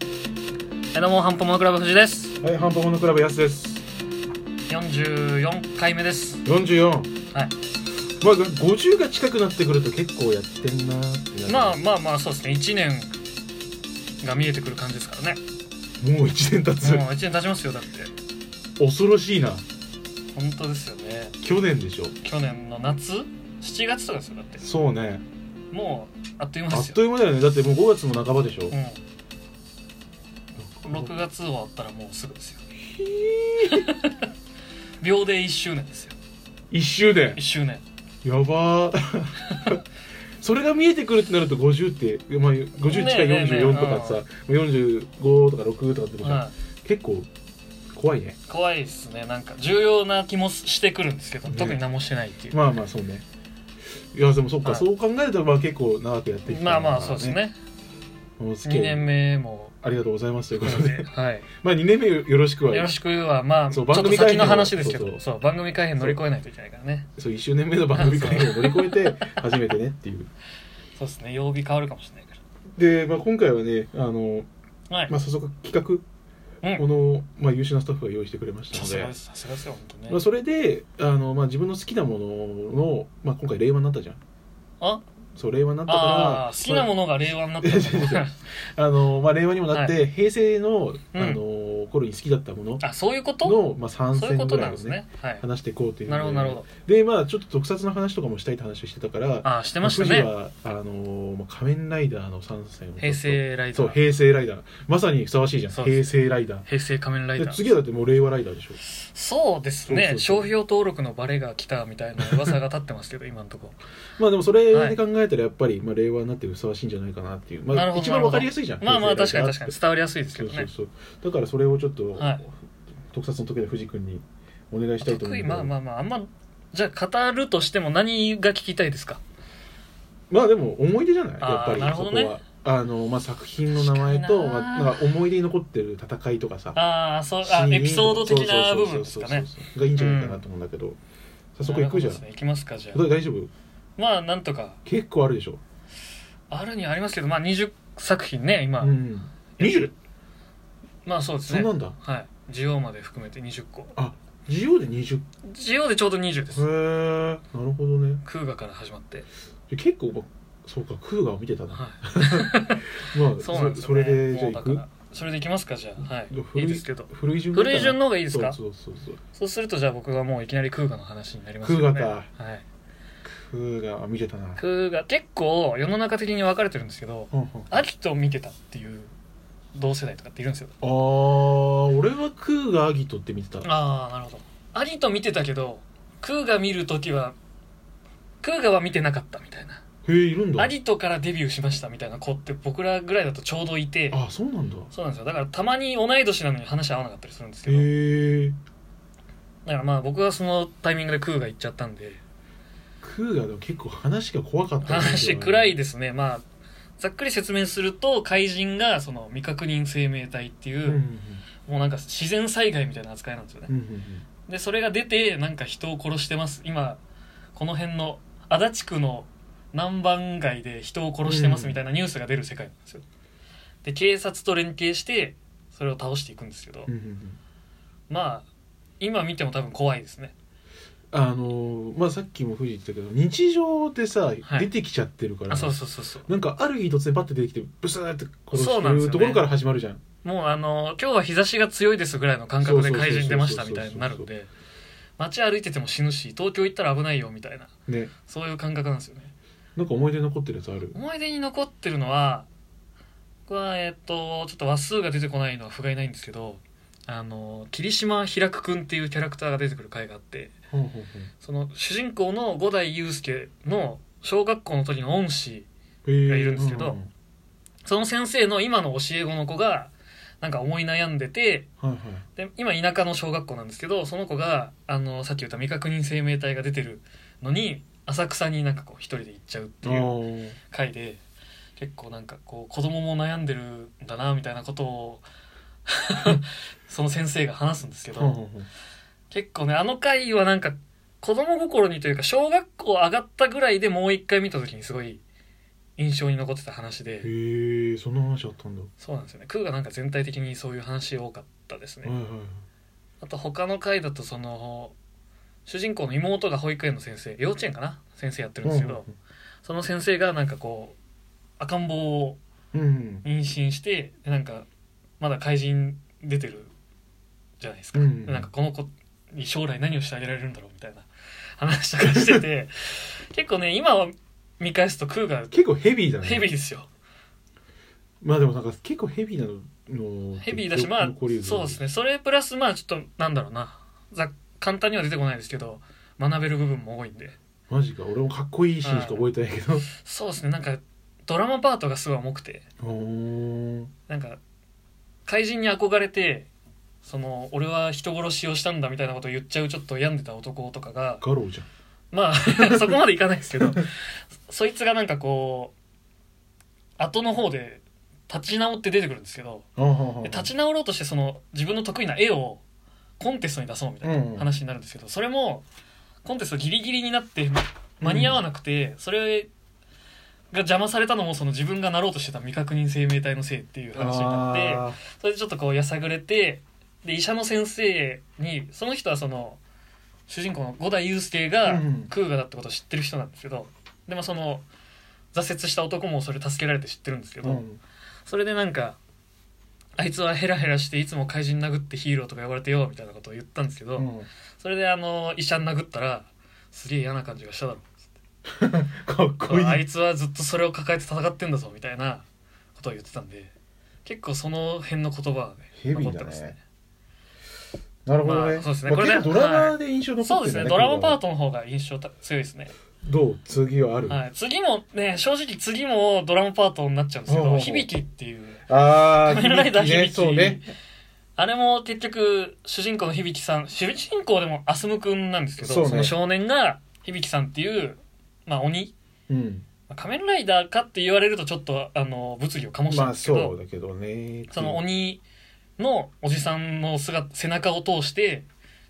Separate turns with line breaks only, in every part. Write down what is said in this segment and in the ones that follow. はい、どうも、ハンポモノクラブ藤井です。
はい、ハンパモノクラブ安です。
44回目です。
44。
はい。
まあ、50が近くなってくると結構やってんなーって
ま
なる
あまあまあ、そうですね。1年が見えてくる感じですからね。
もう1年経つ。
もう1年経ちますよ、だって。
恐ろしいな。
本当ですよね。
去年でしょ。
去年の夏 ?7 月とかですよ、だって。
そうね。
もう、あっという間
あ
で
っ
すよ。
という間だよね。だってもう5月も半ばでしょ。
うん。6月終わったらもうすぐですよ。秒で1周年ですよ。
1周年
1。周年。
やばー。 それが見えてくるってなると50って、まあ、50近い
ねえねえねえ
44とかさ、45とか6とかってことじゃん
は
結構怖いね。
い。怖いですね。なんか、重要な気もしてくるんですけど、
ね
特に何もしてないっていう。
まあまあそうね。いやでもそっか、
はい
そう考えるとまあ結構長くやってきた
まあまあ、そうです。ね。
お付
2
き合い
年目も
ありがとうございますという
これ
こと
で
で、
はい、
まあ2年目よろしくは
よろしくはまあち
そ
ょっ
う
と
番組改
先
編
の
を
話ですけど
そ
そうう
そ
番組改編乗り越えないといけないからね
そう1周年目の番組会を乗り越えて初めてねっていう
そうですね曜日変わるかもしれないか
で、まあ、今回はねあの、
らはい、
まあ、早速企
う
画
ん
この、まあ、優秀なスタッフが用意してくれました
さ
の
す
で
がですさすがですよ本当ね、
まあ、それであの、まあ、自分の好きなものの、まあ、今回令和になったじゃん
あ
そう令和になったから
あー好きなものが令和になったんだ
まああのまあ、令和にもなって、
は
平成のあ
うん
の頃に好きだったもの
あそういうこと
の、まあ、参
そういう
戦
こと
ぐ
な
ら
ん
いを
です
ね
ねはい
話していこうというの
なる
で
ほどなるほど
でまあちょっと特撮の話とかもしたいって話をしてたから
あーしてました
富士
ね
はあのーまあ仮面ライダーの参戦をちょっと
平成ライダ
そう
ー
平成ライダーまさにふさわしいじゃん
そうで
平
す
成ライダー
平成仮面ライ
で
ダー
次はだってもう令和ライダーでしょ
そうです
そ
ね
うそうそう
商標登録のバレが来たみたいな噂が立ってますけど今のとこ
まあでもそれ
はい
で考えたらやっぱり、まあ、令和になってふさわしいんじゃないかなっていう、ま
なる
あ、
ほど
一番わかりやすいじゃん
まあまあ
平
確
成
かに
ライダー
確かに伝わりやすいですけ
そう
ど
そ
ね
うそうだからそれをちょっと、
はい
特撮の時の藤君にお願いしたいと
得
思う
意
んだけど
まあまあまああんまじゃあ語るとしても何が聞きたいですか
まあでも思い出じゃない
あー
やっぱり
なる
そ
ほど
こ
ね
は。あのまあ、作品の名前と
確かにな
まあ、なんか思い出に残ってる戦いとかさ
ああそう
シ
あ
ーン
エピソード的な部分ですか
そう
ね
そうそうそうがいいんじゃないかなと思うんだけど、早速行くじゃん、
なるほどですね行きますかじゃあ
大丈夫
まあなんとか
結構あるでしょ、
あるにはありますけどまあ20作品ね今、
うん、20?
まあそうです
そ
ね
うなんだ
はい需要まで含めて20個
需要で20へ
需要でちょうど20です
えなるほどね
空河から始まって、
結構、まあ、そうか空ガを見てたな、
はい、
まあ
そうなんですよ、ね、
それでじゃ
もうだか
あ行く
らそれでいきますかじゃあはい
古
い
い
いですけど
古い順
古い順の方がいいですか
そうそうそうそう
そうするとじゃあ僕がもういきなり空河の話になりますよね
空河
はい、
空ガは見てたな
空河結構世の中的に分かれてるんですけど
うんうん
秋と見てたっていう同世代とかっているんですよ
あー俺は空ガアギトって見てた
ああなるほどアリと見てたけどクーガ見るときはクーガは見てなかったみたいな
へえいるんだ
アリとからデビューしましたみたいな子って僕らぐらいだとちょうどいて
あそうなんだ
そうなんですよだからたまに同い年なのに話合わなかったりするんですけ
へ
ど
え
だからまあ僕はそのタイミングでクーガ行っちゃったんで
空ガでも結構話が怖かったよね
話暗いですねまあざっくり説明すると怪人がその未確認生命体っていう
うんうん
う、もうなんか自然災害みたいな扱いなんですよね
うんうんうん
でそれが出てなんか人を殺してます今この辺の足立区の南蛮街で人を殺してますみたいなニュースが出る世界なんですよで警察と連携してそれを倒していくんですけど
うんうんうん
まあ今見ても多分怖いですね
あのーまあさっきも藤井言ってたけど日常でさ、
はい
出てきちゃってるから
あそうそうそうそう
なんかある日突然パッて出てきてブスーって殺
そう
し
な
て
んですよ
る
ね
ところから始まるじゃん、
もうあの今日は日差しが強いですぐらいの感覚で
そうそうそうそう
怪人出ましたみたいになるんで街歩いてても死ぬし東京行ったら危ないよみたいな
ね
そういう感覚なんですよね
なんか思い出に残ってるやつある
思い出に残ってるのは僕はえっとちょっと話数が出てこないのは不甲斐ないんですけどあの霧島平久くんっていうキャラクターが出てくる回があって
ほうほう
その主人公の五代祐介の小学校の時の恩師
ほうへえ
がいるんですけど
うう
その先生の今の教え子の子がなんか思い悩んでて
うんはい
で今田舎の小学校なんですけどその子があのさっき言った未確認生命体が出てるのに浅草になんかこう一人で行っちゃうっていう
はいあ
回で結構なんかこう子供も悩んでるんだなみたいなことを その先生が話すんですけ
あほうほ
ど
うほう
結構ねあの回はなんか子供心にというか小学校上がったぐらいでもう一回見た時にすごい印象に残ってた話で
へえそんな話あったんだ、
そうなんですよね空がなんか全体的にそういう話多かったですね、
はいはい
あと他の回だとその主人公の妹が保育園の先生幼稚園かな先生やってるんですけど、その先生がなんかこう赤ん坊を
うんうん
妊娠してでなんかまだ怪人出てるじゃないですか、
うん
でなんかこの子に将来何をしてあげられるんだろうみたいな話とかして て結構ね今は見返すと空が
結構ヘビーだね
ヘビーですよ
まあでもなんか結構ヘビーなのの
ヘビーだしまあそうです
ね
ねそれプラスまあちょっとなんだろうなざ簡単には出てこないですけど学べる部分も多いんで
マジか俺もかっこいいシーンしか覚えてないけど
そうですねなんかドラマパートがすごい重くて
おー
なんか怪人に憧れてその俺は人殺しをしたんだみたいなことを言っちゃうちょっと病んでた男とかが
ガローじゃん
まあそこまでいかないですけどそいつがなんかこう後の方で立ち直って出てくるんですけど
あははは
で立ち直ろうとしてその自分の得意な絵をコンテストに出そうみたいな話になるんですけどそれもコンテストギリギリになって間に合わなくてそれが邪魔されたのもその自分がなろうとしてた未確認生命体のせいっていう話になって。
あー
それでちょっとこうやさぐれてで医者の先生にその人はその主人公の五代祐介が
うん
クーガだってことを知ってる人なんですけどでもその挫折した男もそれ助けられて知ってるんですけど、
うん
それでなんかあいつはヘラヘラしていつも怪人殴ってヒーローとか呼ばれてよみたいなことを言ったんですけど、
うん
それであの医者に殴ったらすげえ嫌な感じがしただろ
かっこいい
あいつはずっとそれを抱えて戦ってんだぞみたいなことを言ってたんで結構その辺の言葉はね
ヘビーだね
残ってますね
なるほどね,、
まあそうですね
まあ
これね
結構ドラマで印象残ってる
そうですね、ドラマパー
ト
トの方が印象た強いですね。
どう次はある、
はい、次もね、正直次もドラマパートになっちゃうんですけ
ほうほ
ど、
うほう
響きっていう、
ああ
仮面ライダー響
ね
き
そうね
あれも結局、主人公の響さん、主人公でもアスムくんなんですけど、
そう
そ,、
ね
の少年が響さんっていう、まあ鬼、
うん
仮面ライダーかって言われるとちょっと、あの、物議を醸したんで
まあ
すけど、
そうだけどね
その鬼のおじさんの姿、背中を通して、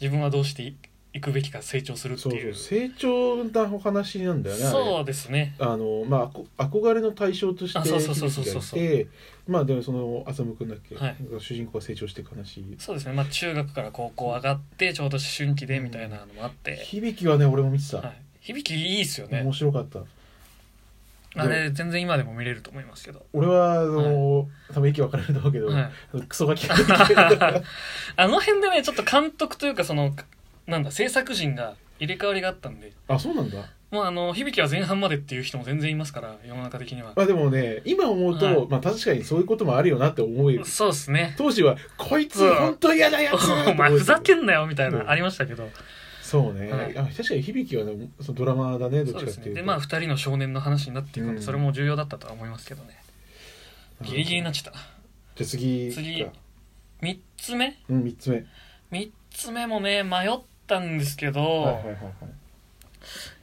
自分はどうしていいくべきか成長するって
そう
い
そう
う。
成長なお話なんだよねあれ
そうですね。
あのまあこ憧れの対象として
あそうそうそうそうそう
響がいてまあでもその浅野君だっけ、
はい
が主人公が成長して悲しい
そうですね、まあ、中学から高校上がってちょうど思春期でみたいなのもあって、
響きはね俺も見てた、
はい、響きいいですよね
面白かった
あれ全然今でも見れると思いますけど、
俺はあの、多分意見分かれると思うけど、
はい、
クソガキが出てきた
あの辺でねちょっと監督というかそのなんだ制作陣が入れ替わりがあったんで
あそうなんだ
もうあの響きは前半までっていう人も全然いますから世の中的には
まあでもね今思うと、
はい
まあ確かにそういうこともあるよなって思える
そうですね
当時はこいつ
うん
本当嫌なやつ
お前ふざけんなよみたい
うん
なありましたけど
そうね、
はい
あ確かに響きはねそのドラマだねど
そう
っち
で
かっ
す
ていうと
ねでまあ2人の少年の話になっていくん
う
で
ん
それも重要だったとは思いますけどね
うん
ギリギリになっちゃった
じゃあ次
次
か
3つ目
うん3つ目
3つ目もね迷ったんですけど、
はいはいはいはい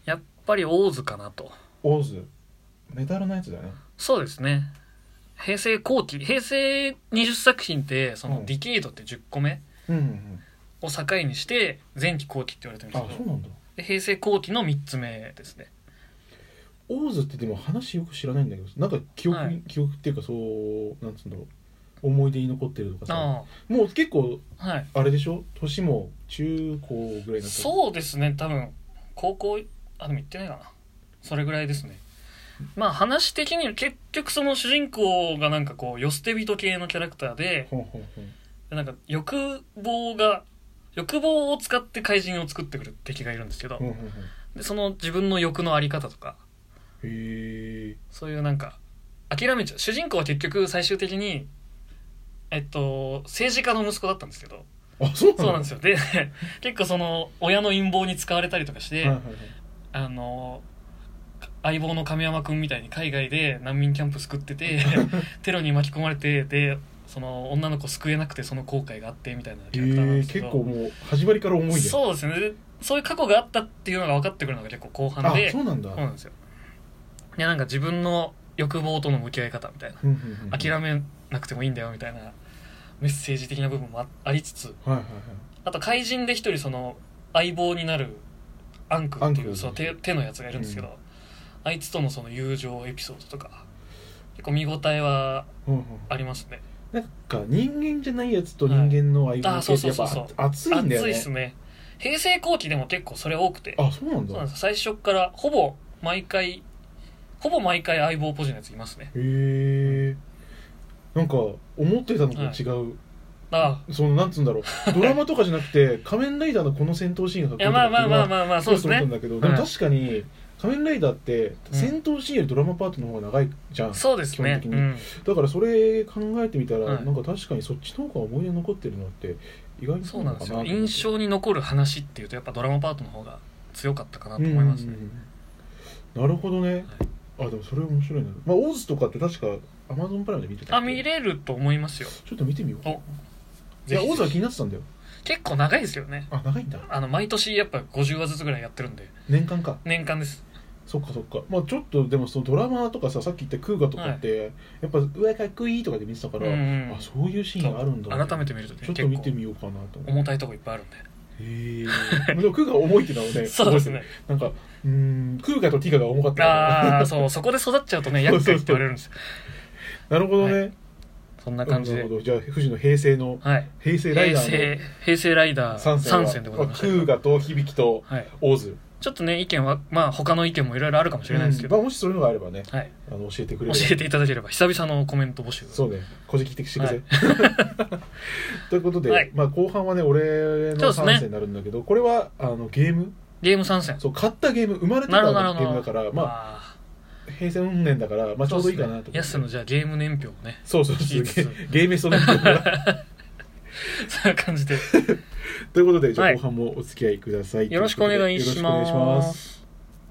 やっぱりオーズかなと
オーズメダルのやつだよね
そうですね平成後期平成20作品ってそうの
ん
ディケイドって10個目
うんうんうん
を境にして前期後期って言われてるんで
あ
すけ
そう
ど
なんだ
で平成後期の3つ目ですね
オーズってでも話よく知らないんだけどなんか記憶に、
はい
記憶っていうかそうなんつうんだろう思い出に残ってるとかさ
あ
もう結構
あはい
あれでしょ年も中高ぐらいだった
そうですね多分高校あでも行ってないかなそれぐらいですねまあ話的には結局その主人公がなんかこう世捨て人系のキャラクターで
ほんほんほん
でなんか欲望が欲望を使って怪人を作ってくる敵がいるんですけど、
ほんほんほん
でその自分の欲のあり方とか
へえ
そういうなんか諦めちゃう主人公は結局最終的にえっと政治家の息子だったんですけど
あそう
そうなんです
よ
よで 結構その親の陰謀に使われたりとかして、
はいはいはい
あの相棒の亀山君みたいに海外で難民キャンプ救って てテロに巻き込まれてでその女の子救えなくてその後悔があってみたいなキャラクターなん
へえ
ですけ
結
ど、
構もう始まりから重いね
そうですねでそういう過去があったっていうのが分かってくるのが結構後半
あ
で
そうなんだ
そうなんですよいやなんか自分の欲望との向き合い方みたいな
うんうんうん
諦めなくてもいいんだよみたいなメッセージ的な部分もあありつつ
はいはいはい
あと怪人で一人その相棒になるアンクってい
アンク
うその手手のやつがいるんですけど、あいつとのその友情エピソードとか結構見応えは
うんうん
ありますね
なんか人間じゃないやつと人間の相
はいあ
棒
そ
系
うそ
って
う
やっ
そうそう
ぱ熱いんだよ
熱いっ
ね
すね平成後期でも結構それ多くて
あそうなん
そ
だ
うなんです最初からほぼ毎回ほぼ毎回相棒ポジのやついますね
へえなんか思ってたのと違う、
あ
そのなんつうんだろうドラマとかじゃなくて仮面ライダーのこの戦闘シーンがかっ
い
こいい
や
と
まあ
かってい
まあまあま
あ
あまあそうです
と思った
ね
んだけど、
はい
でも確かに仮面ライダーって
うん
戦闘シーンよりドラマパートの方が長いじゃん、
そうですね
基
う
本的に
ん
だからそれ考えてみたら、
はい
なんか確かにそっちの方が思い出残ってるのって意外に
そうなんですよ
と思って
印象に残る話っていうとやっぱドラマパートの方が強かったかなと思いますね
うんうんうんなるほどね、あでもそれ面白いなまあオーズとかって確かアマゾンプライムで見てた
あ
っけ
見れると思いますよ
ちょっと見てみよう
お
いや
ぜ
オ
ひ
ーズは気になってたんだよ
結構長いですよね
あ長いんだ
あの毎年やっぱ50話ずつぐらいやってるんで
年間か
年間です
そっかそっかまあちょっとでもそのドラマとかささっき言ったクーガとかって、やっぱうわかっこいいとかで見てたから、
うんうん
あそういうシーンがあるんだ、
改め
て
て見るとね
ちょっ
結
と見て
構
みようかなと思って
重たいとこいっぱいあるんで
へえでもクーガは重いってなのね
そうですね
なんかうーんクーガとティガが重かったから
ああそうそこで育っちゃうとね厄介って言われるんですよ
なるほどね、
はそんな感じ
な
で
るほどじゃあ富士の平成の
はい
平成ライ
平
ダー
成平成ライダー
の三戦は
3戦でございました
クーガと響と
はい
オーズ
ちょっとね意見はまあ他の意見もいろいろあるかもしれないですけ
う
ど
んまあ、もしそういうのがあればね
はい
あの教えてくれ
教
れば
えていただければ久々のコメント募集
そうね、こじき的してく
は
ぜ
い。
ということで、
はい
まあ後半はね、俺
そう
の
です
参
ね
戦になるんだけど、これはあのゲーム、
ゲーム参戦
そう買ったゲーム、生まれて
な
か
るほどな
らの
る
ゲーム
ほ
だから、
ど
まあ
あ
平成運年だから、まあ
ー
ちょうどいいかなと思っ
そうですね
て。
ヤスのじゃあゲーム年表をね
そうそうそう、
聞きつつ
ゲームその。
そういう感じで
ということで、じゃあ
はい
後半もお付き合いください。
よろしくお願いし
ということでよろしくお願いしま
ます
す。